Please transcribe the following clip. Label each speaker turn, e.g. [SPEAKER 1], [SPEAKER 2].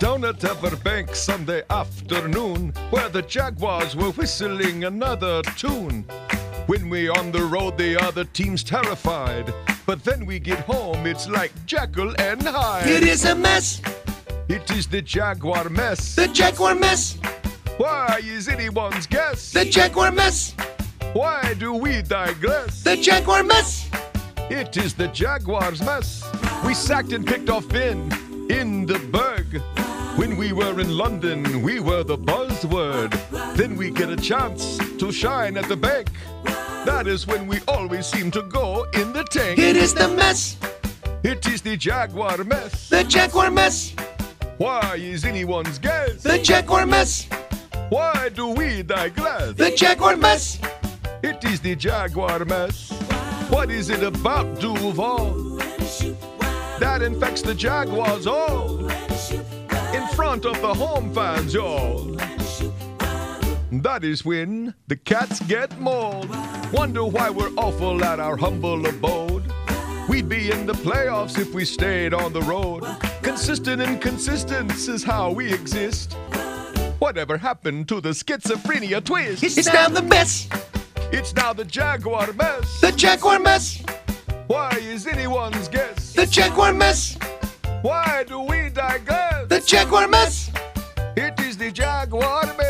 [SPEAKER 1] Donut Everbank Sunday afternoon, where the Jaguars were whistling another tune. When we on the road, the other team's terrified. But then we get home, it's like Jackal and Hyde.
[SPEAKER 2] It is a mess,
[SPEAKER 1] It is the Jaguar mess.
[SPEAKER 2] the Jaguar mess,
[SPEAKER 1] Why is anyone's guess?
[SPEAKER 2] the Jaguar mess,
[SPEAKER 1] Why do we digress?
[SPEAKER 2] the Jaguar mess.
[SPEAKER 1] It is the Jaguars' mess. We sacked and picked off Finn in the Berg. When we were in London, we were the buzzword. Then we get a chance to shine at the bank. That is when we always seem to go in the tank.
[SPEAKER 2] It is the mess,
[SPEAKER 1] It is the Jaguar mess.
[SPEAKER 2] the Jaguar mess,
[SPEAKER 1] Why is anyone's guess?
[SPEAKER 2] the Jaguar mess,
[SPEAKER 1] Why do we digress?
[SPEAKER 2] the Jaguar mess.
[SPEAKER 1] It is the Jaguar mess. What is it about Duval that infects the Jaguars all? In front of the home fans, y'all. That is when the cats get mauled. Wonder why we're awful at our humble abode. We'd be in the playoffs if we stayed on the road. Consistent inconsistence is how we exist. Whatever happened to the schizophrenia twist?
[SPEAKER 2] It's now the mess,
[SPEAKER 1] It's now the Jaguar mess.
[SPEAKER 2] the Jaguar mess,
[SPEAKER 1] Why is anyone's guess?
[SPEAKER 2] the Jaguar mess,
[SPEAKER 1] Why do we digress?
[SPEAKER 2] the Jaguar mess.
[SPEAKER 1] It is the Jaguar mess.